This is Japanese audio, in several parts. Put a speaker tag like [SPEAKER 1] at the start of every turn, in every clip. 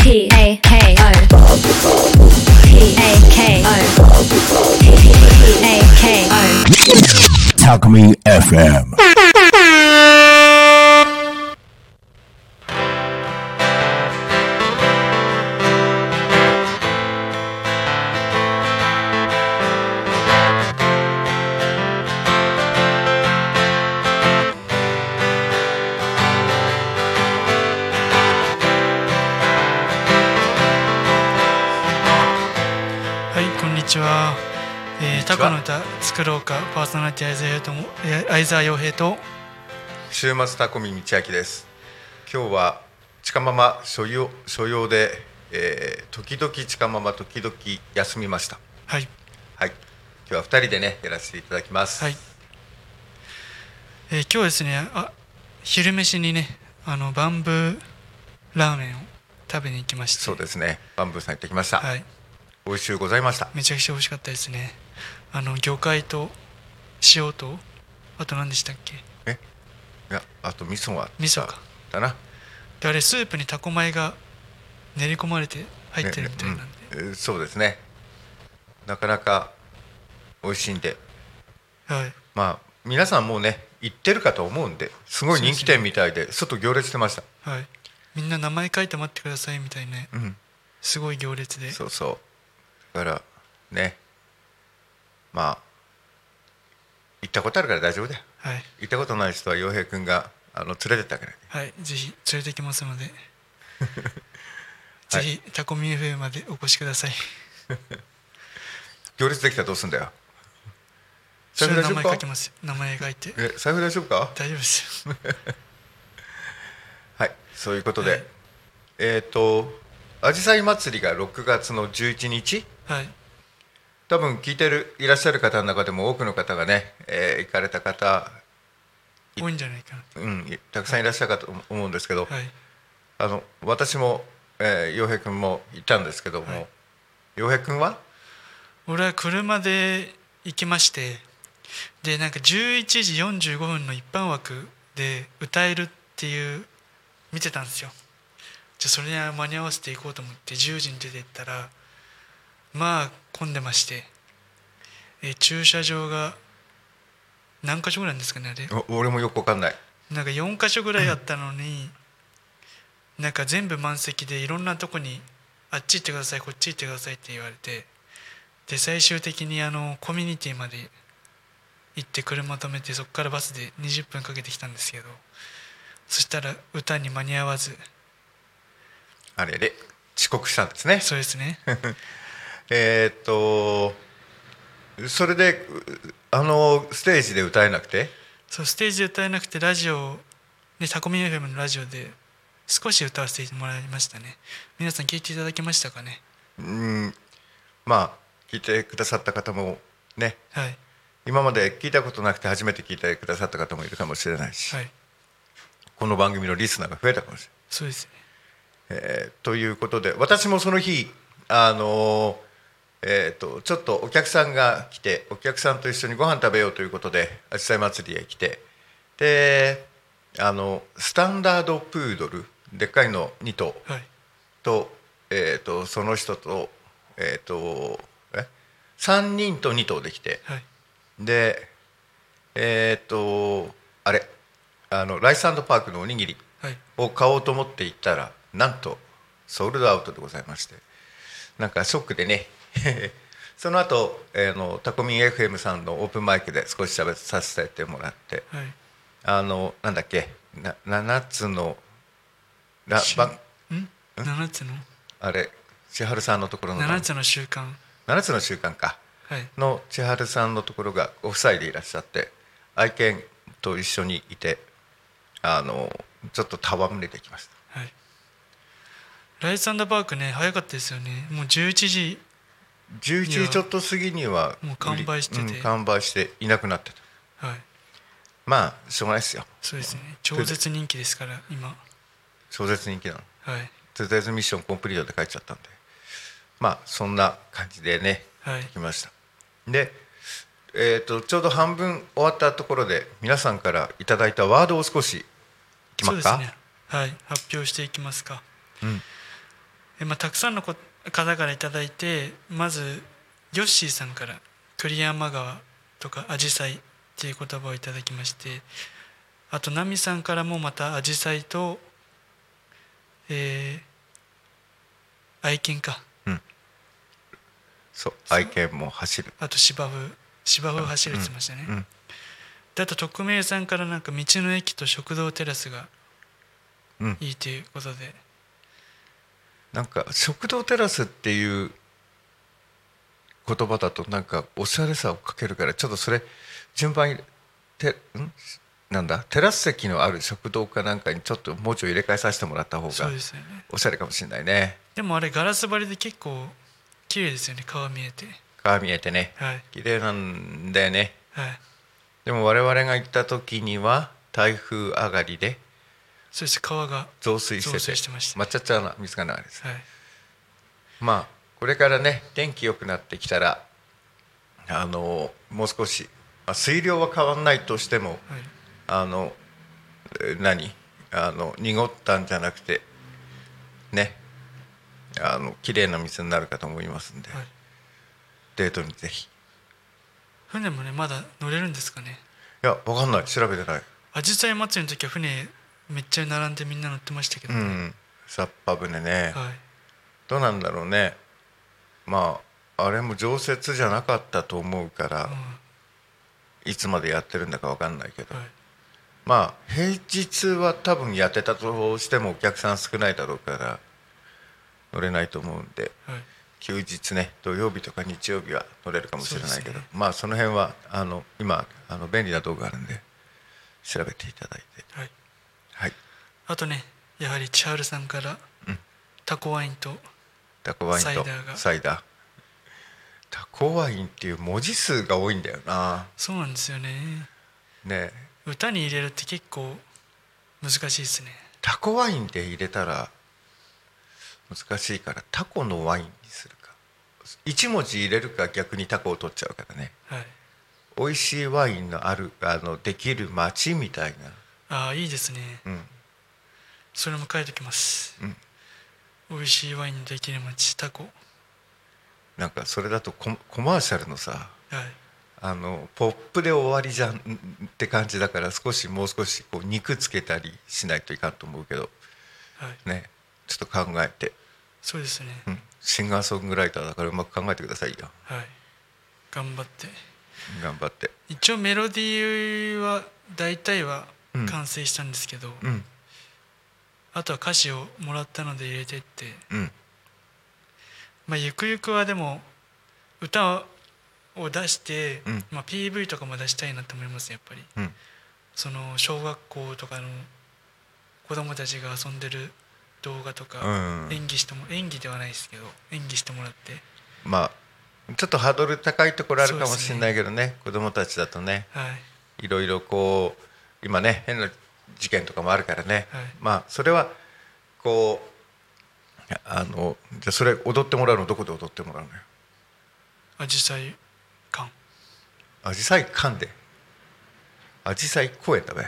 [SPEAKER 1] P A K O P A K O P A K O
[SPEAKER 2] Talkme FM.
[SPEAKER 3] はい、こんにちは。えー、タコの歌作ろうかパーソナリティ相沢洋ともえー相沢洋平と
[SPEAKER 4] 週末タコミ道明です今日は近ママ所用所用で、えー、時々近ママ時々休みました
[SPEAKER 3] はい
[SPEAKER 4] はい今日は二人でねやらせていただきます
[SPEAKER 3] はい、えー、今日はですねあ昼飯にねあのバンブーラーメンを食べに行きまして
[SPEAKER 4] そうですねバンブーさん行ってきました、
[SPEAKER 3] はい
[SPEAKER 4] 美味しゅうございました
[SPEAKER 3] めちゃくちゃ美味しかったですねあの魚介と塩とあと何でしたっけ
[SPEAKER 4] えいやあと味噌は
[SPEAKER 3] 味噌か
[SPEAKER 4] だな
[SPEAKER 3] であれスープにタコ米が練り込まれて入ってるみたいなんで、
[SPEAKER 4] ねうんえーそうですねなかなか美味しいんで
[SPEAKER 3] はい
[SPEAKER 4] まあ皆さんもうね行ってるかと思うんですごい人気店みたいで外行列してました
[SPEAKER 3] はいみんな名前書いて待ってくださいみたいな、
[SPEAKER 4] うん
[SPEAKER 3] すごい行列で
[SPEAKER 4] そうそうだからねまあ行ったことあるから大丈夫だよ
[SPEAKER 3] はい
[SPEAKER 4] 行ったことない人は洋平君があの連れてったからね
[SPEAKER 3] はい、ぜひ連れてきます ので、ぜひタコミ FM までお越しください。
[SPEAKER 4] 行列できたらどうすんだよ
[SPEAKER 3] そ
[SPEAKER 4] 財
[SPEAKER 3] れ
[SPEAKER 4] 布
[SPEAKER 3] 名
[SPEAKER 4] 大丈
[SPEAKER 3] 前
[SPEAKER 4] 夫
[SPEAKER 3] 書き
[SPEAKER 4] か
[SPEAKER 3] ます。名前書いて。
[SPEAKER 4] え財布大丈夫か
[SPEAKER 3] 大丈夫です よ。
[SPEAKER 4] はいそういうことで、
[SPEAKER 3] はい
[SPEAKER 4] えっ、とあじさい祭りが6月の11日
[SPEAKER 3] はい、
[SPEAKER 4] 多分聞いてるいらっしゃる方の中でも多くの方がね、えー行かれた方、
[SPEAKER 3] 多いんじゃないかな。
[SPEAKER 4] うん、いたくさんいらっしゃるかと思うんですけど、
[SPEAKER 3] はい、
[SPEAKER 4] あの私も、えー、洋平君もいたんですけども、
[SPEAKER 3] はい
[SPEAKER 4] 洋平君は
[SPEAKER 3] 俺は車で行きまして、でなんか11時45分の一般枠で歌えるっていう見てたんですよ。じゃあそれに間に合わせて行こうと思って10時に出て行ったら、まあ混んでまして、え駐車場が何箇所ぐらいなんですかねあれ。
[SPEAKER 4] お俺もよくわかんない
[SPEAKER 3] なんか4か所ぐらいあったのになんか全部満席でいろんなとこにあっち行ってくださいこっち行ってくださいって言われてで最終的にあのコミュニティまで行って車止めてそこからバスで20分かけてきたんですけどそしたら歌に間に合わず
[SPEAKER 4] あれで遅刻したんですね
[SPEAKER 3] そうですね
[SPEAKER 4] えーっとそれでうあのステージで歌えなくて
[SPEAKER 3] そうステージで歌えなくてラジオでタコミ FM のラジオで少し歌わせてもらいましたね皆さん聞いていただけましたかね
[SPEAKER 4] うんまあ聞いてくださった方もね
[SPEAKER 3] はい
[SPEAKER 4] 今まで聞いたことなくて初めて聞いてくださった方もいるかもしれないし、
[SPEAKER 3] はい
[SPEAKER 4] この番組のリスナーが増えたかもしれない。
[SPEAKER 3] そうですね
[SPEAKER 4] えーということで私もその日あのーえー、とちょっとお客さんが来てお客さんと一緒にご飯食べようということであじさい祭りへ来てであのスタンダードプードルでっかいの2頭
[SPEAKER 3] はい
[SPEAKER 4] と,、えー、とその人と,、えー、とえ3人と2頭できて
[SPEAKER 3] はい
[SPEAKER 4] でえっ、とあれあのライスパークのおにぎり
[SPEAKER 3] はい
[SPEAKER 4] を買おうと思って行ったらなんとソールドアウトでございましてなんかショックでね その後、えーのタコミン FM さんのオープンマイクで少し喋させてもらって
[SPEAKER 3] はい
[SPEAKER 4] あのなんだっけな7つのラ
[SPEAKER 3] し
[SPEAKER 4] ばん
[SPEAKER 3] ん7つの
[SPEAKER 4] あれ千春さんのところの
[SPEAKER 3] 7つの習慣
[SPEAKER 4] 7つの習慣か
[SPEAKER 3] はい
[SPEAKER 4] の千春さんのところがご夫妻でいらっしゃって愛犬と一緒にいてあのちょっと戯れてきました。
[SPEAKER 3] はいライスパークね早かったですよねもう11時
[SPEAKER 4] 11
[SPEAKER 3] いや
[SPEAKER 4] 時ちょっと過ぎには
[SPEAKER 3] もう完売してて
[SPEAKER 4] 売りうん完売していなくなってた
[SPEAKER 3] はい
[SPEAKER 4] まあしょうがないですよ
[SPEAKER 3] そうですね超絶人気ですから今
[SPEAKER 4] 超絶人気なの
[SPEAKER 3] はい
[SPEAKER 4] 「トゥデイズミッションコンプリート」って書いちゃったんでまあそんな感じでね
[SPEAKER 3] はい
[SPEAKER 4] 来ましたで、えー、とちょうど半分終わったところで皆さんからいただいたワードを少しいき
[SPEAKER 3] そ
[SPEAKER 4] ま
[SPEAKER 3] う
[SPEAKER 4] す
[SPEAKER 3] で
[SPEAKER 4] か
[SPEAKER 3] すねはい発表していきますか、
[SPEAKER 4] ん
[SPEAKER 3] えまあ、たくさんのこ方からいただいてまずヨッシーさんから「栗山川」とか「アジサイ」っていう言葉をいただきましてあとナミさんからもまた「アジサイ」と「えー愛犬」か
[SPEAKER 4] そう愛犬も走る
[SPEAKER 3] あと芝生芝生を走るって言ってましたね、
[SPEAKER 4] うん
[SPEAKER 3] であと匿名さんからなんか道の駅と食堂テラスが
[SPEAKER 4] うん
[SPEAKER 3] いいということで、
[SPEAKER 4] なんか食堂テラスっていう言葉だとなんかおしゃれさをかけるからちょっとそれ順番にてんなんだテラス席のある食堂かなんかにちょっと文字を入れ替えさせてもらった方
[SPEAKER 3] そ
[SPEAKER 4] が
[SPEAKER 3] うですよね
[SPEAKER 4] おしゃれかもしれないね
[SPEAKER 3] でもあれガラス張りで結構綺麗ですよね川見えて
[SPEAKER 4] 川見えてね
[SPEAKER 3] はい
[SPEAKER 4] 綺麗なんだよね
[SPEAKER 3] はい
[SPEAKER 4] でも我々が行った時には台風上がりで
[SPEAKER 3] そして川が
[SPEAKER 4] 増水してて
[SPEAKER 3] 増水してました
[SPEAKER 4] 抹茶茶の水が流れてた
[SPEAKER 3] はい
[SPEAKER 4] まあこれからね天気良くなってきたらあのもう少し、まあ、水量は変わんないとしても
[SPEAKER 3] はい
[SPEAKER 4] あのえー何あの濁ったんじゃなくてねあの綺麗な水になるかと思いますんで、
[SPEAKER 3] はい
[SPEAKER 4] デートにぜひい
[SPEAKER 3] 船もねまだ乗れるんですかね
[SPEAKER 4] やわかんない調べてない
[SPEAKER 3] アジサイ祭りの時は船めっちゃ並んでみんな乗ってましたけど、
[SPEAKER 4] う
[SPEAKER 3] ね
[SPEAKER 4] んサッパ船ね、
[SPEAKER 3] はい
[SPEAKER 4] どうなんだろうねまああれも常設じゃなかったと思うから、いつまでやってるんだかわかんないけど、
[SPEAKER 3] はい
[SPEAKER 4] まあ平日は多分やってたとしてもお客さん少ないだろうから乗れないと思うんで
[SPEAKER 3] はい
[SPEAKER 4] 休日ね土曜日とか日曜日は乗れるかもしれない
[SPEAKER 3] そ
[SPEAKER 4] け
[SPEAKER 3] う
[SPEAKER 4] ど、
[SPEAKER 3] ですね
[SPEAKER 4] まあその辺はあの今あの便利な道具あるんで調べていただいて
[SPEAKER 3] はい
[SPEAKER 4] はい
[SPEAKER 3] あとねやはりチャールさんから、タコワインと
[SPEAKER 4] タコワイン
[SPEAKER 3] サ
[SPEAKER 4] と
[SPEAKER 3] イダーが
[SPEAKER 4] サイダータコワインっていう文字数が多いんだよな
[SPEAKER 3] そうなんですよね
[SPEAKER 4] ねえ
[SPEAKER 3] 歌に入れるって結構難しいですね
[SPEAKER 4] タコワインで入れたら難しいからタコのワインにするか1文字入れるか逆にタコを取っちゃうからね
[SPEAKER 3] はい
[SPEAKER 4] 美味しいワインのあるあのできる町みたい
[SPEAKER 3] ああいいですね
[SPEAKER 4] な、うん、
[SPEAKER 3] それも書いときます、
[SPEAKER 4] うん
[SPEAKER 3] 美味しいワインのできる街タコは
[SPEAKER 4] なんかそれだとココマーシャルのさ
[SPEAKER 3] い
[SPEAKER 4] あのポップで終わりじゃんんって感じだから少しもう少しこう肉つけたりしないといかんと思うけど
[SPEAKER 3] はい
[SPEAKER 4] ねちょっと考えて、
[SPEAKER 3] そうですね、
[SPEAKER 4] うん、シンガーソングライターだからうまく考えてくださいよ
[SPEAKER 3] はい頑張って
[SPEAKER 4] 頑張って
[SPEAKER 3] 一応メロディーは大体は
[SPEAKER 4] うん
[SPEAKER 3] 完成したんですけど、
[SPEAKER 4] うん
[SPEAKER 3] あとは歌詞をもらったので入れてって、
[SPEAKER 4] うん
[SPEAKER 3] まあ、ゆくゆくはでも歌を出して、
[SPEAKER 4] うん
[SPEAKER 3] まあ、PV とかも出したいなと思いますやっぱり
[SPEAKER 4] うん
[SPEAKER 3] その小学校とかの子供たちが遊んでる動画とか、
[SPEAKER 4] うん
[SPEAKER 3] 演技しても演技ではないですけど演技してもらって
[SPEAKER 4] まあちょっとハードル高いところあるかもしれないけどね子供たちだとね
[SPEAKER 3] はい
[SPEAKER 4] いろいろこう今ね変な事件とかもあるからね、
[SPEAKER 3] はい
[SPEAKER 4] まあそれはこうあのじゃあそれ踊ってもらうのどこで踊ってもらうのよ
[SPEAKER 3] アジサイ館
[SPEAKER 4] アジサイ館でアジサイ公園だべ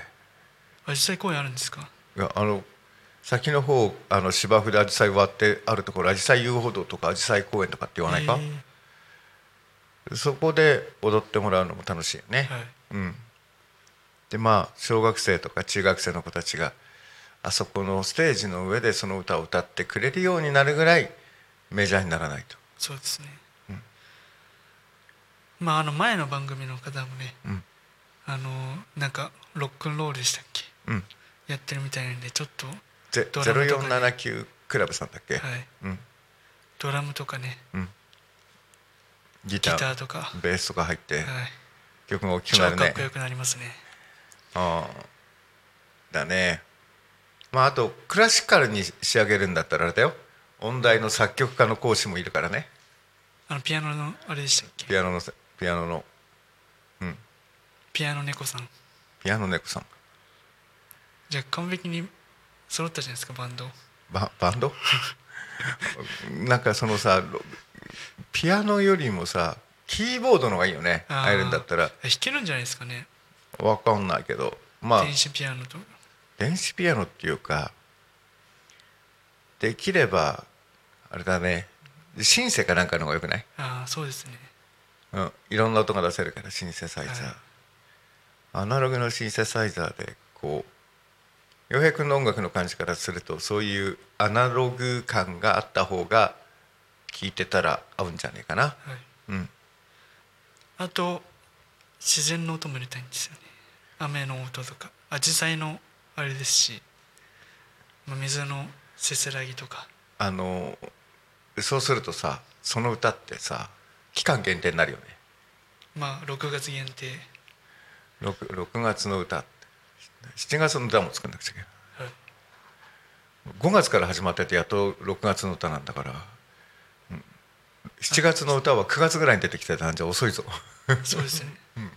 [SPEAKER 3] アジサイ公園あるんですか
[SPEAKER 4] いやあの先の方あの芝生でアジサイ割ってあるところアジサイ遊歩道とかアジサイ公園とかって言わないか、
[SPEAKER 3] え
[SPEAKER 4] そこで踊ってもらうのも楽しいよね、
[SPEAKER 3] ーはい
[SPEAKER 4] うん、でまあ小学生とか中学生の子たちがあそこのステージの上でその歌を歌ってくれるようになるぐらいメジャーにならないと
[SPEAKER 3] そうですね、まああの前の番組の方もね、
[SPEAKER 4] うん
[SPEAKER 3] あのなんかロックンロールでしたっけ
[SPEAKER 4] うん
[SPEAKER 3] やってるみたいなんでちょっと
[SPEAKER 4] ゼ
[SPEAKER 3] ドラマとかね
[SPEAKER 4] 0479クラブさんだっけ、
[SPEAKER 3] はい
[SPEAKER 4] うん
[SPEAKER 3] ドラムとかね
[SPEAKER 4] うん、ギ
[SPEAKER 3] ギ
[SPEAKER 4] ター
[SPEAKER 3] ターとか、
[SPEAKER 4] ベースとか入って
[SPEAKER 3] はい、
[SPEAKER 4] 曲が大きく
[SPEAKER 3] 超
[SPEAKER 4] な
[SPEAKER 3] か
[SPEAKER 4] るね
[SPEAKER 3] っこよくなりますね
[SPEAKER 4] ああだねまああとクラシカルに仕上げるんだったらあれだよ音大の作曲家の講師もいるからね
[SPEAKER 3] あのピアノのあれでしたっけ
[SPEAKER 4] ピアノのピアノのうん
[SPEAKER 3] ピアノ猫さん
[SPEAKER 4] ピアノ猫さん
[SPEAKER 3] じゃあ完璧に揃ったじゃないですかバンド
[SPEAKER 4] ババンド なんかそのさロピアノよりもさキーボードの方がいいよね
[SPEAKER 3] あー
[SPEAKER 4] 入るんだったら
[SPEAKER 3] 弾けるんじゃないですかね
[SPEAKER 4] わかんないけどまあ
[SPEAKER 3] 電子ピアノと
[SPEAKER 4] 電子ピアノっていうかできればあれだねシンセかなんかの方がよくない、
[SPEAKER 3] ああそうですね
[SPEAKER 4] うん、いろんな音が出せるからシンセサイザー、
[SPEAKER 3] はい
[SPEAKER 4] アナログのシンセサイザーでこう洋平君の音楽の感じからするとそういうアナログ感があった方が聴いてたら合うんじゃねえかな
[SPEAKER 3] はい
[SPEAKER 4] うん
[SPEAKER 3] あと自然の音も入れたいんですよね雨の音とか紫陽花のあれですしまあ水のせせらぎとか
[SPEAKER 4] あのそうするとさその歌ってさ期間限定になるよね
[SPEAKER 3] まあ6月限定
[SPEAKER 4] 6, 6月の歌7月の歌も作んなくちゃいけない
[SPEAKER 3] はい
[SPEAKER 4] 5月から始まっててやっと6月の歌なんだから、うん7月の歌は9月ぐらいに出てきてたんじゃ遅いぞ
[SPEAKER 3] そうですね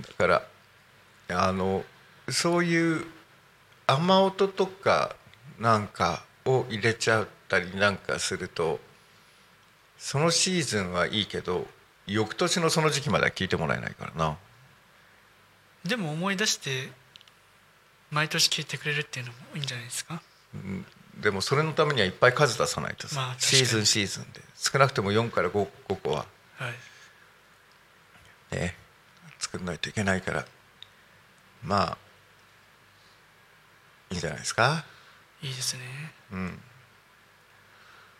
[SPEAKER 4] だからあのそういう雨音とかなんかを入れちゃったりなんかするとそのシーズンはいいけど翌年のその時期までは聞いてもらえないからな
[SPEAKER 3] でも思い出して毎年聞いてくれるっていうのもいいんじゃないですか
[SPEAKER 4] でもそれのためにはいっぱい数出さないとさ、
[SPEAKER 3] まあ確かに
[SPEAKER 4] シーズンシーズンで少なくとも4から 5, 5個は
[SPEAKER 3] はい
[SPEAKER 4] ね作んないといけないからまあいいんじゃないですか
[SPEAKER 3] いいですね
[SPEAKER 4] うん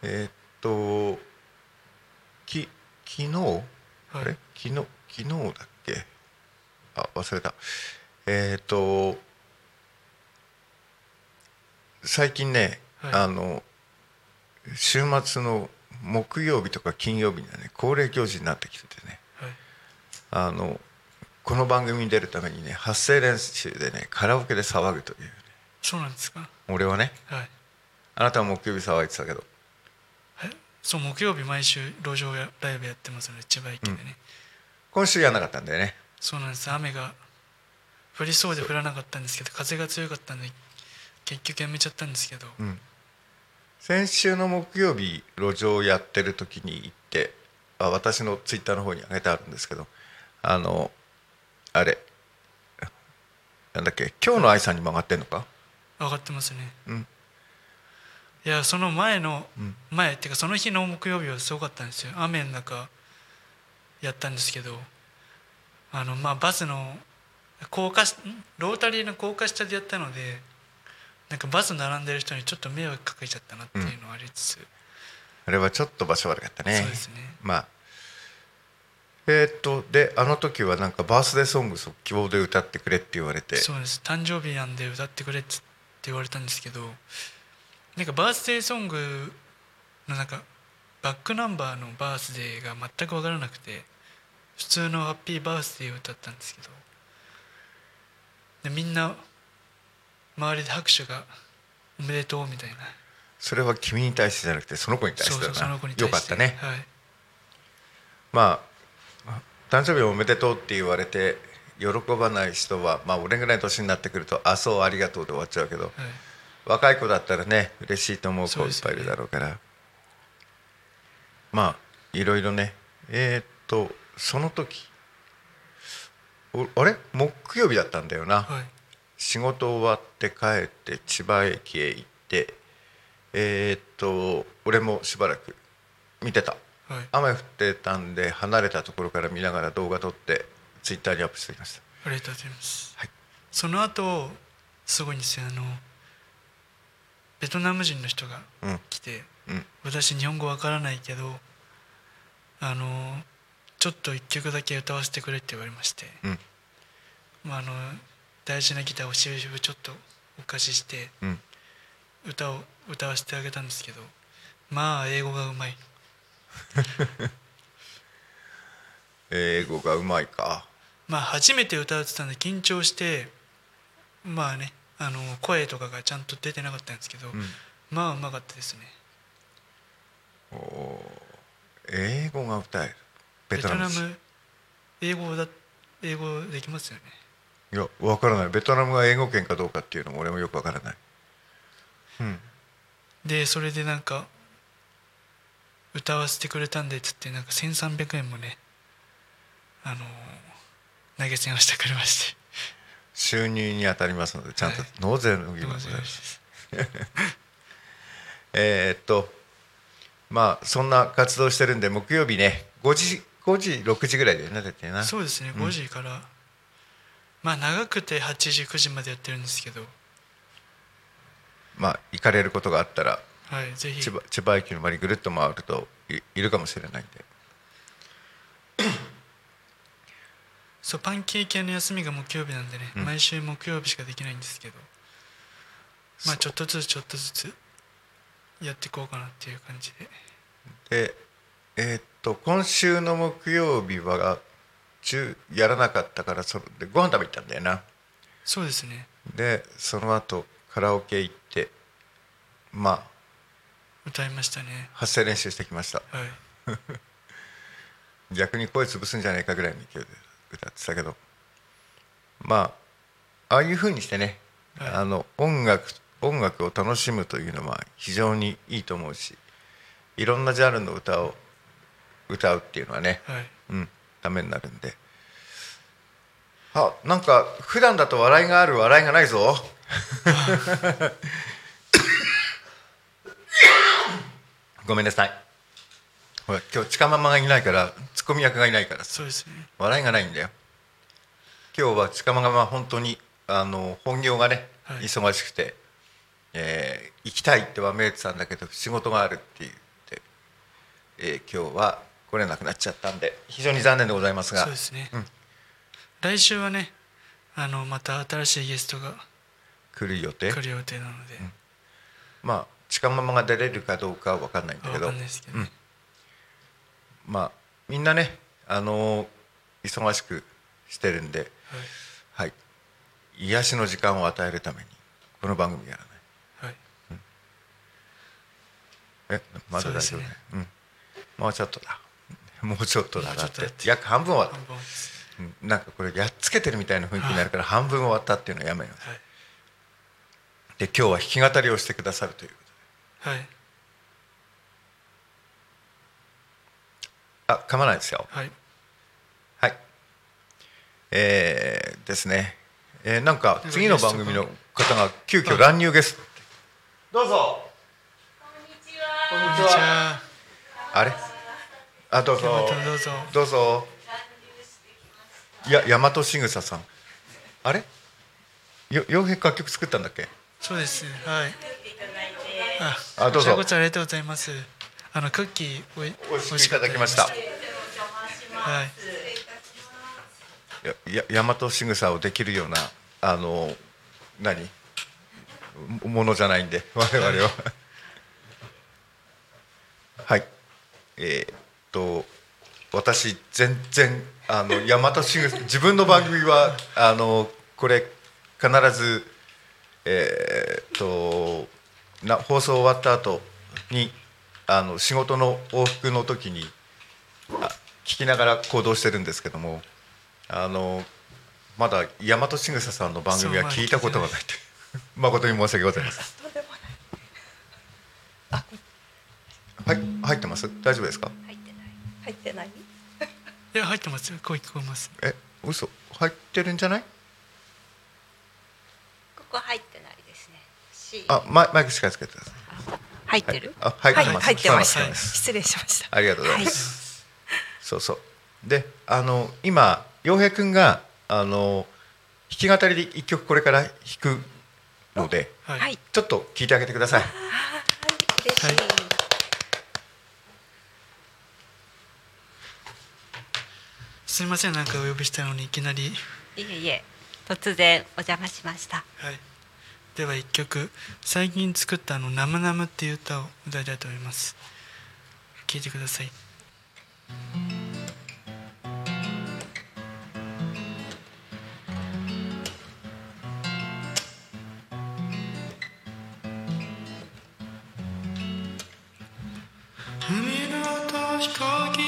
[SPEAKER 4] えーっとき昨日、あれ昨日昨日だっけあ忘れたえーっと最近ね、
[SPEAKER 3] はい
[SPEAKER 4] あの週末の木曜日とか金曜日にはね恒例行事になってきててね
[SPEAKER 3] はい
[SPEAKER 4] あのこの番組に出るためにね発声練習でねカラオケで騒ぐというね
[SPEAKER 3] そうなんですか
[SPEAKER 4] 俺はね
[SPEAKER 3] はい
[SPEAKER 4] あなたは木曜日騒いでたけど
[SPEAKER 3] はいそう木曜日毎週路上やライブやってますので千葉駅でね、
[SPEAKER 4] 今週やらなかったんだよね
[SPEAKER 3] そうなんです雨が降りそうで降らなかったんですけど風が強かったんで結局やめちゃったんですけど、
[SPEAKER 4] うん先週の木曜日路上やってる時に行ってあ私のツイッターの方に上げてあるんですけどあのあれなんだっけ今日の愛さんに曲がってんのか
[SPEAKER 3] 上がってますね、
[SPEAKER 4] うん
[SPEAKER 3] いやその前の、
[SPEAKER 4] ん
[SPEAKER 3] 前っていうかその日の木曜日はすごかったんですよ雨の中やったんですけどあのまあバスの高架下んロータリーの高架下でやったのでなんかバス並んでる人にちょっと迷惑かけちゃったなっていうのはありつつ、
[SPEAKER 4] あれはちょっと場所悪かったね
[SPEAKER 3] そうですね
[SPEAKER 4] まあえーっとであの時はなんかバースデーソング即興で歌ってくれって言われて
[SPEAKER 3] そうです誕生日なんで歌ってくれっつって言われたんですけどなんかバースデーソングのなんかバックナンバーのバースデーが全く分からなくて普通の「ハッピーバースデー」を歌ったんですけどでみんな周りで拍手が「おめでとう」みたいな
[SPEAKER 4] それは君に対してじゃなくてその子に対
[SPEAKER 3] そ
[SPEAKER 4] し
[SPEAKER 3] う
[SPEAKER 4] てだ
[SPEAKER 3] そう
[SPEAKER 4] な
[SPEAKER 3] その子に対して
[SPEAKER 4] よかったね、
[SPEAKER 3] はい、
[SPEAKER 4] まあ誕生日おめでとうって言われて喜ばない人はまあ俺ぐらいの年になってくると「あそうありがとう」で終わっちゃうけど、
[SPEAKER 3] はい
[SPEAKER 4] 若い子だったらね嬉しいと思う子
[SPEAKER 3] そう
[SPEAKER 4] い
[SPEAKER 3] で
[SPEAKER 4] っ
[SPEAKER 3] す
[SPEAKER 4] ぱ
[SPEAKER 3] よ
[SPEAKER 4] いい
[SPEAKER 3] ね
[SPEAKER 4] るだろうから、まあいろいろねえーっとその時おあれ木曜日だったんだよな、
[SPEAKER 3] はい、
[SPEAKER 4] 仕事終わって帰って千葉駅へ行ってえーっと俺もしばらく見てた
[SPEAKER 3] はい、あ
[SPEAKER 4] 雨降ってたんで離れたところから見ながら動画撮ってツイッターにアップしてきました
[SPEAKER 3] りがとうございます、
[SPEAKER 4] はい
[SPEAKER 3] その後すごいんですよあのベトナム人の人が
[SPEAKER 4] うん
[SPEAKER 3] 来て、
[SPEAKER 4] うん
[SPEAKER 3] 私日本語わからないけどあのちょっと一曲だけ歌わせてくれって言われまして、
[SPEAKER 4] うん
[SPEAKER 3] まあ、あの大事なギターをしぶしぶちょっとお貸しして
[SPEAKER 4] うん
[SPEAKER 3] 歌を歌わせてあげたんですけどまあ英語がうまい
[SPEAKER 4] 英語がうまいか
[SPEAKER 3] まあ初めて歌ってたんで緊張してまあねあの声とかがちゃんと出てなかったんですけど、
[SPEAKER 4] ん
[SPEAKER 3] まあうまかったですね
[SPEAKER 4] おー英語が歌えるベ
[SPEAKER 3] ベ
[SPEAKER 4] ト
[SPEAKER 3] ト
[SPEAKER 4] ナム
[SPEAKER 3] ナ
[SPEAKER 4] 人
[SPEAKER 3] ム英語だ英語できますよね
[SPEAKER 4] いや分からないベトナムが英語圏かどうかっていうのも俺もよく分からないうん
[SPEAKER 3] でそれでなんか歌わせてくれたんでっつってなんか1300円もねあのー投げ銭をしてくれまして
[SPEAKER 4] 収入に当たりますのでちゃんと
[SPEAKER 3] はい
[SPEAKER 4] 納税の義
[SPEAKER 3] どうも
[SPEAKER 4] 務でございます、
[SPEAKER 3] す
[SPEAKER 4] えーっとまあそんな活動してるんで木曜日ね5時5時6時ぐらいだよね大体な
[SPEAKER 3] そうですね5時から、まあ長くて8時9時までやってるんですけど
[SPEAKER 4] まあ行かれることがあったら
[SPEAKER 3] はいぜひ
[SPEAKER 4] 千葉千葉駅の周りぐるっと回るといいるかもしれないんで
[SPEAKER 3] そうパンケーキ屋の休みが木曜日なんでね、毎週木曜日しかできないんですけどまあちょっとずつちょっとずつやっていこうかなっていう感じで
[SPEAKER 4] でえーっと今週の木曜日は中やらなかったからそれでご飯食べ行ったんだよな
[SPEAKER 3] そうですね
[SPEAKER 4] でその後カラオケ行ってま
[SPEAKER 3] 歌いましたね
[SPEAKER 4] あ発声練習してきました
[SPEAKER 3] はい
[SPEAKER 4] 逆に声潰すんじゃないかぐらいの勢いで歌ってたけどまあああいうふうにしてね、
[SPEAKER 3] はい
[SPEAKER 4] あの音楽音楽を楽しむというのは非常にいいと思うしいろんなジャンルの歌を歌うっていうのはね、
[SPEAKER 3] はい
[SPEAKER 4] うん、ためになるんであなんか普段だと笑いがある笑いがないぞごめんなさいほら今日近ママがいないからツッコミ役がいないから
[SPEAKER 3] そうですね
[SPEAKER 4] 笑いがないんだよ今日は近間がまあ本当にあの本業がね、
[SPEAKER 3] はい
[SPEAKER 4] 忙しくて、えー行きたいってはめいてたんだけど仕事があるって言って、えー今日は来れなくなっちゃったんで非常に残念でございますが
[SPEAKER 3] そうですね、
[SPEAKER 4] うん
[SPEAKER 3] 来週はねあのまた新しいゲストが
[SPEAKER 4] 来る予定
[SPEAKER 3] 来る予定なので、
[SPEAKER 4] まあ近間が出れるかどうかは分かんないんだけ
[SPEAKER 3] 分
[SPEAKER 4] ど
[SPEAKER 3] かんないですけど、ね
[SPEAKER 4] まあみんなねあの忙しくしてるんで、はい、癒しの時間を与えるためにこの番組やらない。
[SPEAKER 3] はい、はい、
[SPEAKER 4] えまだ大丈
[SPEAKER 3] そ
[SPEAKER 4] 夫
[SPEAKER 3] う
[SPEAKER 4] ね
[SPEAKER 3] ですね
[SPEAKER 4] うん、もうちょっとだもうちょっとだ
[SPEAKER 3] も
[SPEAKER 4] な
[SPEAKER 3] う
[SPEAKER 4] っ
[SPEAKER 3] ちょっと
[SPEAKER 4] て
[SPEAKER 3] だって
[SPEAKER 4] 約半分は
[SPEAKER 3] 半分です
[SPEAKER 4] うんなんかこれやっつけてるみたいな雰囲気になるから半分終わったっていうのはやめよう
[SPEAKER 3] はい
[SPEAKER 4] で今日は弾き語りをしてくださるというこ
[SPEAKER 3] はい
[SPEAKER 4] とであ噛まないですよ
[SPEAKER 3] はい
[SPEAKER 4] はいえー、ですね、えー、なんか次の番組の方が急遽乱入ゲストどうぞこんにちは
[SPEAKER 3] じゃあ
[SPEAKER 4] あれあどう
[SPEAKER 3] ま
[SPEAKER 4] ぞ
[SPEAKER 3] たどうぞ
[SPEAKER 4] どうぞ。いや、大和しぐささん。あれ。よ、洋平楽曲作ったんだっけ。
[SPEAKER 3] そうですはいあ
[SPEAKER 4] あどうぞ
[SPEAKER 3] こちらこそありがとうございますあのクッキーおい
[SPEAKER 4] おいしくいただきました。い
[SPEAKER 3] はい
[SPEAKER 4] や、いや、大和しぐさをできるような、あの、何。もものじゃないんで、 我々は。はい。えーっと。私、全然、あの、大和しぐさ、自分の番組は、あの、これ。必ず。えーっとな放送終わった後にあの仕事の往復の時にあ聞きながら行動してるんですけどもあのまだ大和しぐささんの番組は
[SPEAKER 3] そう
[SPEAKER 4] 聞いたことがないって 誠に申し訳ございません。はい入ってます大丈夫ですか
[SPEAKER 5] 入ってない入ってない
[SPEAKER 3] いや入ってますよ声聞こえます
[SPEAKER 4] え嘘入ってるんじゃない
[SPEAKER 5] ここ入ってないですね C
[SPEAKER 4] あマイマイク近づけてください
[SPEAKER 5] 入ってる、
[SPEAKER 4] あ入ってます
[SPEAKER 5] 入ってま
[SPEAKER 4] そうなんで
[SPEAKER 5] した
[SPEAKER 4] す
[SPEAKER 5] 失礼しました
[SPEAKER 4] ありがとうございます。そうそう。で、あの今洋平くんがあの弾き語りで一曲これから弾くので、
[SPEAKER 3] はい、
[SPEAKER 5] はい
[SPEAKER 4] ちょっと聞いてあげてください。
[SPEAKER 5] 嬉し
[SPEAKER 3] は
[SPEAKER 5] い、
[SPEAKER 3] すみませんなんかお呼びしたのにいきなり
[SPEAKER 5] い、えいえ突然お邪魔しました
[SPEAKER 3] はい、では一曲最近作ったあの「ナムナム」っていう歌を歌いたいと思います聴いてください海の音飛行機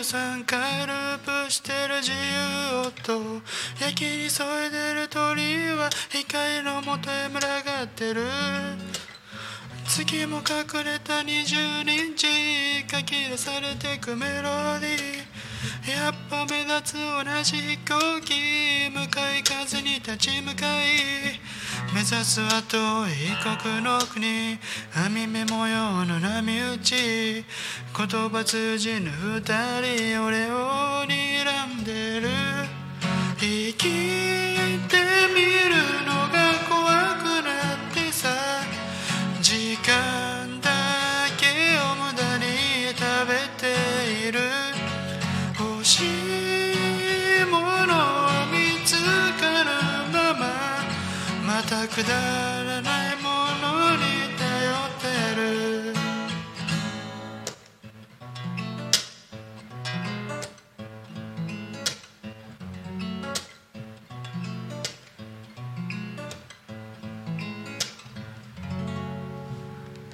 [SPEAKER 3] 13回ループしてる自由音焼きにそいでる鳥は光のもとへ群がってる月も隠れた20日書き出されてくメロディーやっぱ目立つ同じ飛行機向かい風に立ち向かい目指すは遠い異国の国網目模様の波打ち言葉通じぬ二人俺を睨んでる生きてみるのが怖くなってさ時間だけを無駄に食べている欲しいものは見つからぬまままたくだらないものに頼ってる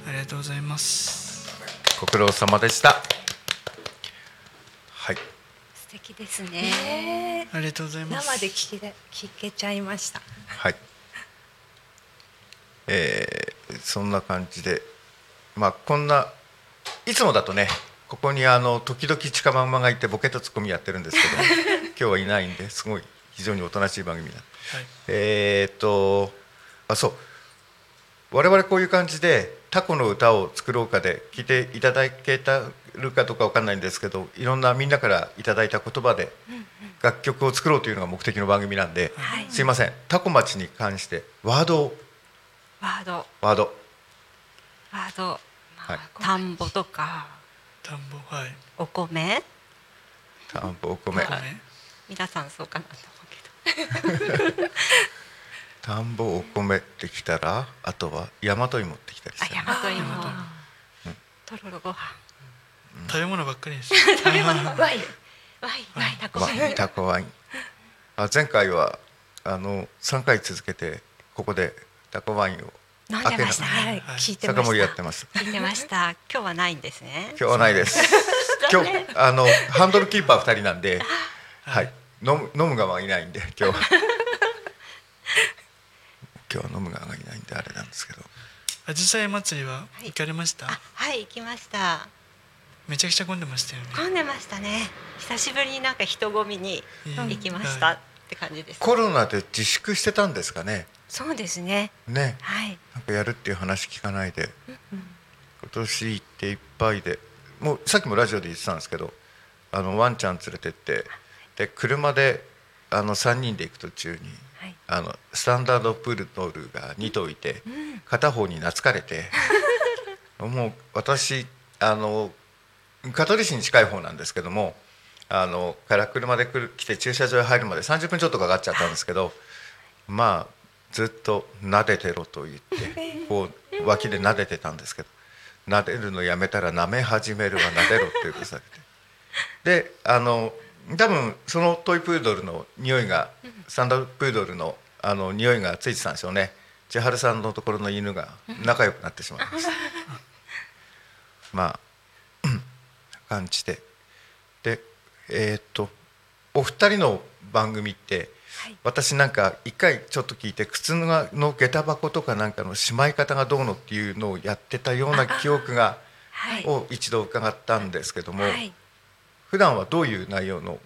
[SPEAKER 3] ありがとうございます
[SPEAKER 4] ご苦労様でしたはい
[SPEAKER 5] 素敵ですね。
[SPEAKER 3] ありがとうございます
[SPEAKER 6] 生で聞け聞けちゃいました。
[SPEAKER 4] はいえーそんな感じでまあこんないつもだとねここにあの時々近場馬がいてボケとツッコミやってるんですけど今日はいないんですごい非常におとなしい番組だ
[SPEAKER 3] はい
[SPEAKER 4] えーっとあそう我々こういう感じで「タコの歌を作ろうか」で聞いていただけたるかどうかわかんないんですけどいろんなみんなからいただいた言葉で楽曲を作ろうというのが目的の番組なんで、すいませんタコ町に関してワードを
[SPEAKER 5] ワード
[SPEAKER 4] ワード
[SPEAKER 5] ワード、まあ
[SPEAKER 4] はい
[SPEAKER 5] 田んぼとか
[SPEAKER 3] 田んぼはい
[SPEAKER 5] お米
[SPEAKER 4] 田んぼお米
[SPEAKER 3] ごめん
[SPEAKER 5] 皆さんそうかなと思うけど。
[SPEAKER 4] 田んぼお米ってきたらあとは大和芋ってきたり
[SPEAKER 5] あ
[SPEAKER 4] して、
[SPEAKER 5] 大和芋。とろろご飯。
[SPEAKER 3] 食べ物ばっかりです
[SPEAKER 5] 食べ物ワインワインワインタコ
[SPEAKER 4] ワ
[SPEAKER 5] ワイン
[SPEAKER 4] インタコワインあ前回はあの3回続けてここでタコワインを
[SPEAKER 5] 飲んでました
[SPEAKER 4] 開
[SPEAKER 5] ね。
[SPEAKER 6] はい、聞い
[SPEAKER 4] け
[SPEAKER 6] て
[SPEAKER 4] な
[SPEAKER 6] ま
[SPEAKER 4] 酒盛
[SPEAKER 6] し
[SPEAKER 4] りやったて。ます
[SPEAKER 5] 聞いてました。今日はないんですね。
[SPEAKER 4] 今日はないです今日あのハンドルキーパー2人なんではい飲む飲む側がいないんで今日は今日は飲む側がいないんであれなんですけど
[SPEAKER 3] あじさい祭りは
[SPEAKER 5] はい
[SPEAKER 3] 行かれました、
[SPEAKER 5] あ、はい行きました。
[SPEAKER 3] めちゃくちゃ混んでましたよね
[SPEAKER 5] 混んでましたね。久しぶりになんか人混みに行きましたって感じです。
[SPEAKER 4] コロナで自粛してたんですかね
[SPEAKER 5] そうですね。
[SPEAKER 4] ね
[SPEAKER 5] はい。
[SPEAKER 4] なんかやるっていう話聞かないで今年行っていっぱいでもうさっきもラジオで言ってたんですけどあのワンちゃん連れてってで車であの3人で行く途中に、
[SPEAKER 5] はい
[SPEAKER 4] あのスタンダードプールドルが2頭いて、片方に懐かれてもう私あの香取市に近い方なんですけどもあのから車で来る来て駐車場へ入るまで30分ちょっとかかっちゃったんですけどまあずっと撫でてろと言ってこう脇で撫でてたんですけど撫でるのやめたら舐め始めるは撫でろって言ってされてであの多分そのトイプードルの匂いがサンダルプードルのあの匂いがついてたんでしょうね千春さんのところの犬が仲良くなってしまいました。 まあ 感じででえーっとお二人の番組って、私なんか一回ちょっと聞いて靴の下駄箱とかなんかのしまい方がどうのっていうのをやってたような記憶が
[SPEAKER 5] はい。は
[SPEAKER 4] を一度伺ったんですけども、
[SPEAKER 5] い。
[SPEAKER 4] 普段はどういう内容の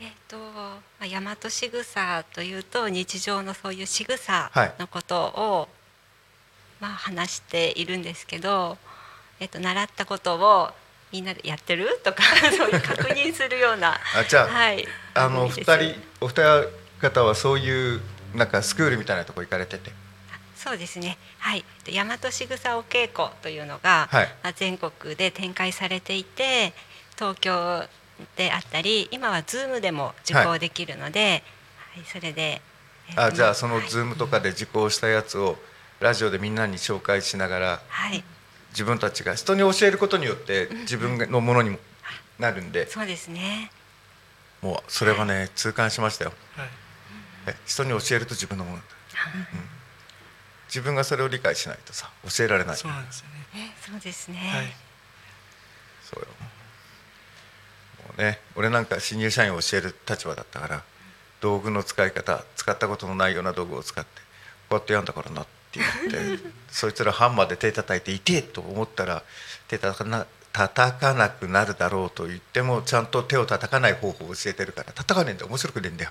[SPEAKER 5] えっと、まあ、大和仕草というと日常のそういう仕草
[SPEAKER 4] はい
[SPEAKER 5] のことを、まあ話しているんですけど、えっと習ったことをみんなでやってるとか そういう確認するような
[SPEAKER 4] あじゃあ,、
[SPEAKER 5] はい
[SPEAKER 4] あの
[SPEAKER 5] 番組
[SPEAKER 4] 二
[SPEAKER 5] です
[SPEAKER 4] 人お二方はそういうなんかスクールみたいなとこ行かれてて
[SPEAKER 5] そうですねはいで大和仕草お稽古というのが、
[SPEAKER 4] はい
[SPEAKER 5] まあ全国で展開されていて東京であったり今は Zoom でも受講できるので、はいそれで、えっと
[SPEAKER 4] あじゃあその
[SPEAKER 5] はい
[SPEAKER 4] ズームとかで受講したやつをラジオでみんなに紹介しながら
[SPEAKER 5] はい
[SPEAKER 4] 自分たちが人に教えることによって自分のものにもなるんで
[SPEAKER 5] そうですね。
[SPEAKER 4] もうそれはね痛感しましたよ
[SPEAKER 3] はい
[SPEAKER 4] え人に教えると自分のものになる、うん自分がそれを理解しないとさ教えられない
[SPEAKER 3] そうなんですよね
[SPEAKER 5] そうですね。
[SPEAKER 3] はい
[SPEAKER 4] そうよもうね俺なんか新入社員を教える立場だったから道具の使い方使ったことのないような道具を使ってこうやってやんだからなって言ってそいつらハンマーで手叩いて痛えと思ったら手叩かな叩かなくなるだろうと言ってもちゃんと手を叩かない方法を教えてるから叩かねえんだよ面白くねえんだよ、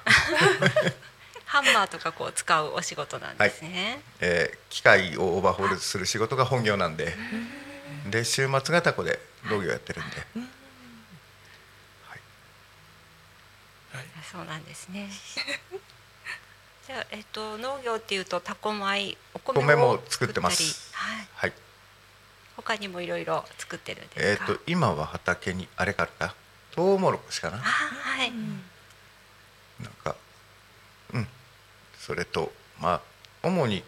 [SPEAKER 5] ハンマーとかこう使うお仕事なんですね。
[SPEAKER 4] えー機械をオーバーホールする仕事が本業なんでで週末がタコで農業やってるんで
[SPEAKER 5] あそうなんですね。 じゃあえっと農業っていうとタコ米お米
[SPEAKER 4] 米
[SPEAKER 5] を
[SPEAKER 4] も作ってます
[SPEAKER 5] 作ったりはい。
[SPEAKER 4] はい
[SPEAKER 5] 他にもいろいろ作ってるんで
[SPEAKER 4] え
[SPEAKER 5] す
[SPEAKER 4] っ、
[SPEAKER 5] か。
[SPEAKER 4] と今は畑にあれからかトウモロコシかな
[SPEAKER 5] あはい。
[SPEAKER 4] なんかうんそれとまあ主に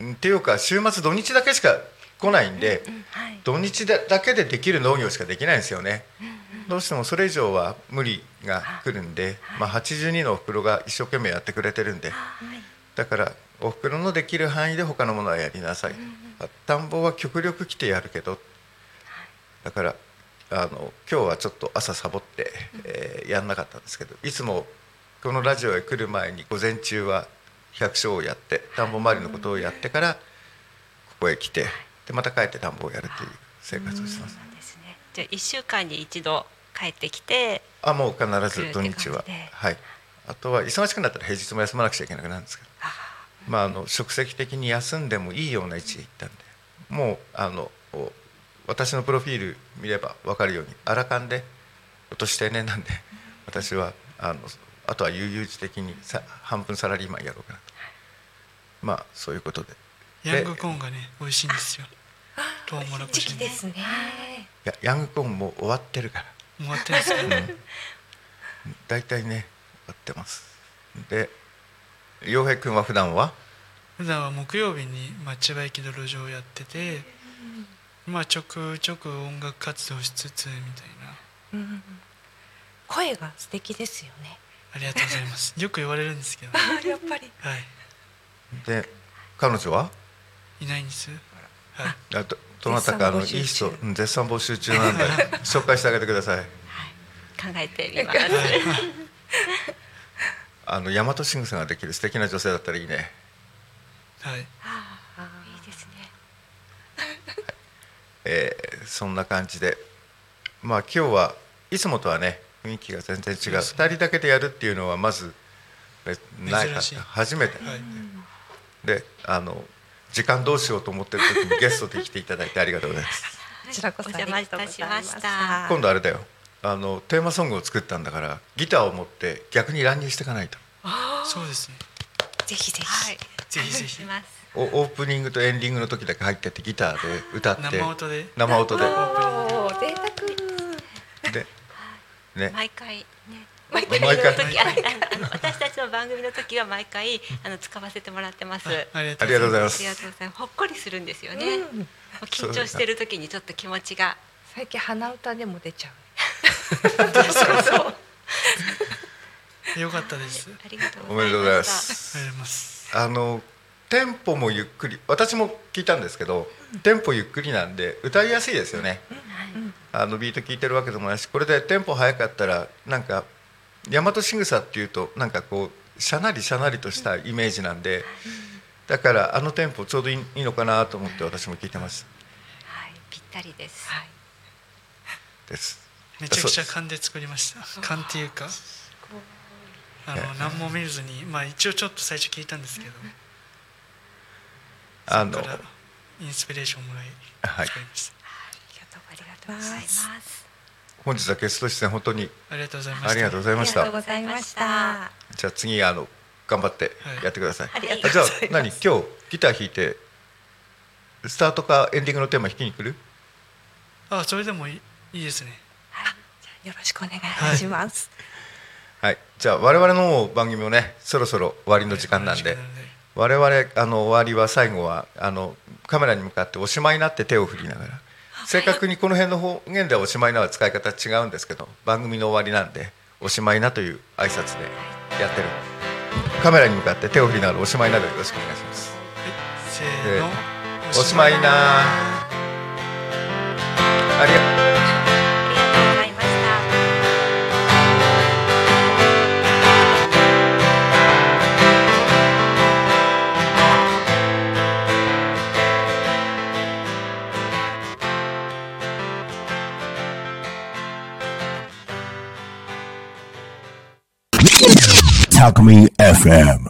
[SPEAKER 4] うんっていうか週末土日だけしか来ないんで、
[SPEAKER 5] うんはい。
[SPEAKER 4] 土日だだけでできる農業しかできないんですよね、どうしてもそれ以上は無理が来るんで、まあ、82のおふくろが一生懸命やってくれてるんで
[SPEAKER 5] はい。
[SPEAKER 4] だからおふくろのできる範囲で他のものはやりなさい、田んぼは極力来てやるけどだからあの今日はちょっと朝サボって、えーやんなかったんですけどいつもこのラジオへ来る前に午前中は百姓をやって田んぼ周りのことをやってからここへ来てでまた帰って田んぼをやるという生活をしてます。
[SPEAKER 5] ですね。じゃあ一週間に一度帰ってきて、
[SPEAKER 4] あもう必ず土日は
[SPEAKER 5] 来るって感じで
[SPEAKER 4] はいあとは忙しくなったら平日も休まなくちゃいけなくなるんですけどまああの職責的に休んでもいいような位置へ行ったんでもうあのお私のプロフィール見れば分かるようにあらかんで今年定年なんで私はあのあとは悠々自適にさ半分サラリーマンやろうかなとまあそういうことで
[SPEAKER 3] ヤングコーンがね美味しいんですよトウモロコ
[SPEAKER 6] 時
[SPEAKER 3] シ
[SPEAKER 6] 期
[SPEAKER 3] も
[SPEAKER 6] ですね。
[SPEAKER 4] いやヤングコーンもう終わってるから。
[SPEAKER 3] 終わってるんですけど
[SPEAKER 4] 大体ね終わってますで洋平君は普段は
[SPEAKER 3] 普段は木曜日にまあ千葉駅の路上をやっててまあちょくちょく音楽活動しつつみたいな
[SPEAKER 6] うん声が素敵ですよね。
[SPEAKER 3] ありがとうございますよく言われるんですけど
[SPEAKER 6] やっぱり。
[SPEAKER 3] は
[SPEAKER 4] で彼女はい
[SPEAKER 3] いないんですはい
[SPEAKER 4] あどどなたかあのい
[SPEAKER 6] 絶賛
[SPEAKER 4] い人
[SPEAKER 6] 募集中
[SPEAKER 4] うん絶賛募集中なんで紹介してあげてください
[SPEAKER 5] 考えてみます。
[SPEAKER 4] あの大和仕草ができる素敵な女性だったらいいね
[SPEAKER 3] はい
[SPEAKER 5] いいですね。
[SPEAKER 4] えーそんな感じでまあ今日はいつもとはね雰囲気が全然違う2人だけでやるっていうのはまずえない
[SPEAKER 3] 珍しい
[SPEAKER 4] 初めて、
[SPEAKER 3] はい
[SPEAKER 4] であの時間どうしようと思ってる時にゲストで来ていただいてありがとうございます
[SPEAKER 6] こちらこそ
[SPEAKER 5] お邪魔いたしました。
[SPEAKER 4] 今度あれだよあのテーマソングを作ったんだからギターを持って逆に乱入していかないと
[SPEAKER 3] そうですね
[SPEAKER 6] ぜひぜひ。
[SPEAKER 5] はい。
[SPEAKER 3] ぜひぜひ
[SPEAKER 5] します。
[SPEAKER 4] おオープニングとエンディングの時だけ入ってってギターで歌って
[SPEAKER 3] 生音で
[SPEAKER 4] 生音で
[SPEAKER 6] おお贅沢。
[SPEAKER 4] でね
[SPEAKER 5] 毎回ね
[SPEAKER 6] 毎
[SPEAKER 5] 毎
[SPEAKER 4] 毎回
[SPEAKER 5] 回
[SPEAKER 6] 回
[SPEAKER 5] の時ああの私たちの番組の時は毎回あの使わせてもらってます。
[SPEAKER 3] ありが
[SPEAKER 4] あ
[SPEAKER 3] とう
[SPEAKER 4] りがとう
[SPEAKER 3] ご
[SPEAKER 4] ご
[SPEAKER 3] ざい
[SPEAKER 4] ざい
[SPEAKER 5] あ
[SPEAKER 4] ま
[SPEAKER 5] りが
[SPEAKER 4] す
[SPEAKER 5] とうございます。ほっこりするんですよね。もう緊張してる時にちょっと気持ちが
[SPEAKER 6] 最近鼻歌でも出ちゃう。
[SPEAKER 3] ますよかったですありが
[SPEAKER 5] ありがとう
[SPEAKER 4] お
[SPEAKER 5] ござ
[SPEAKER 4] めで
[SPEAKER 5] います。
[SPEAKER 4] とうございます
[SPEAKER 3] とうございます
[SPEAKER 4] あのテンポもゆっくり私も聞いたんですけどテンポゆっくりなんで歌いやすいですよね、あのビート聞いてるわけでもないしこれでテンポ早かったらなんか大和仕草っていうとなんかこうしゃなりしゃなりとしたイメージなんで、だからあのテンポちょうどいいいいのかなと思って私も聞いてまし
[SPEAKER 5] はい、ぴったりです。
[SPEAKER 4] たです
[SPEAKER 3] めちゃくちゃ勘で作りました勘っていうかあの何も見ずにまあ一応ちょっと最初聞いたんですけど
[SPEAKER 4] あ
[SPEAKER 3] そ
[SPEAKER 4] の
[SPEAKER 3] こからインスピレーションもらい
[SPEAKER 4] はい
[SPEAKER 3] 作りました
[SPEAKER 5] ありがとうございます。
[SPEAKER 4] 本日はゲスト出演本当に
[SPEAKER 3] ありがとうございました
[SPEAKER 4] ありがとうございまし
[SPEAKER 6] ありがとう
[SPEAKER 4] た
[SPEAKER 6] ございました。
[SPEAKER 4] じゃあ次あの頑張ってやってください、
[SPEAKER 5] ありがとうご
[SPEAKER 4] あ
[SPEAKER 5] ざい
[SPEAKER 4] じゃあ何今日ギター弾いてスタートかエンディングのテーマ弾きに来る
[SPEAKER 3] あそれでもいいいいですね
[SPEAKER 6] よろしくお願いします。
[SPEAKER 4] はいじゃあ我々の番組もねそろそろ終わりの時間なんで我々あの終わりは最後はあのカメラに向かっておしまいになって手を振りながら正確にこの辺の方言ではおしまいなは使い方違うんですけど番組の終わりなんでおしまいなという挨拶でやってるカメラに向かって手を振りながらおしまいなでよろしくお願いします
[SPEAKER 3] せーの
[SPEAKER 4] おしまいなありが
[SPEAKER 5] ありがとうございました。
[SPEAKER 4] 「
[SPEAKER 2] Talk Me FM.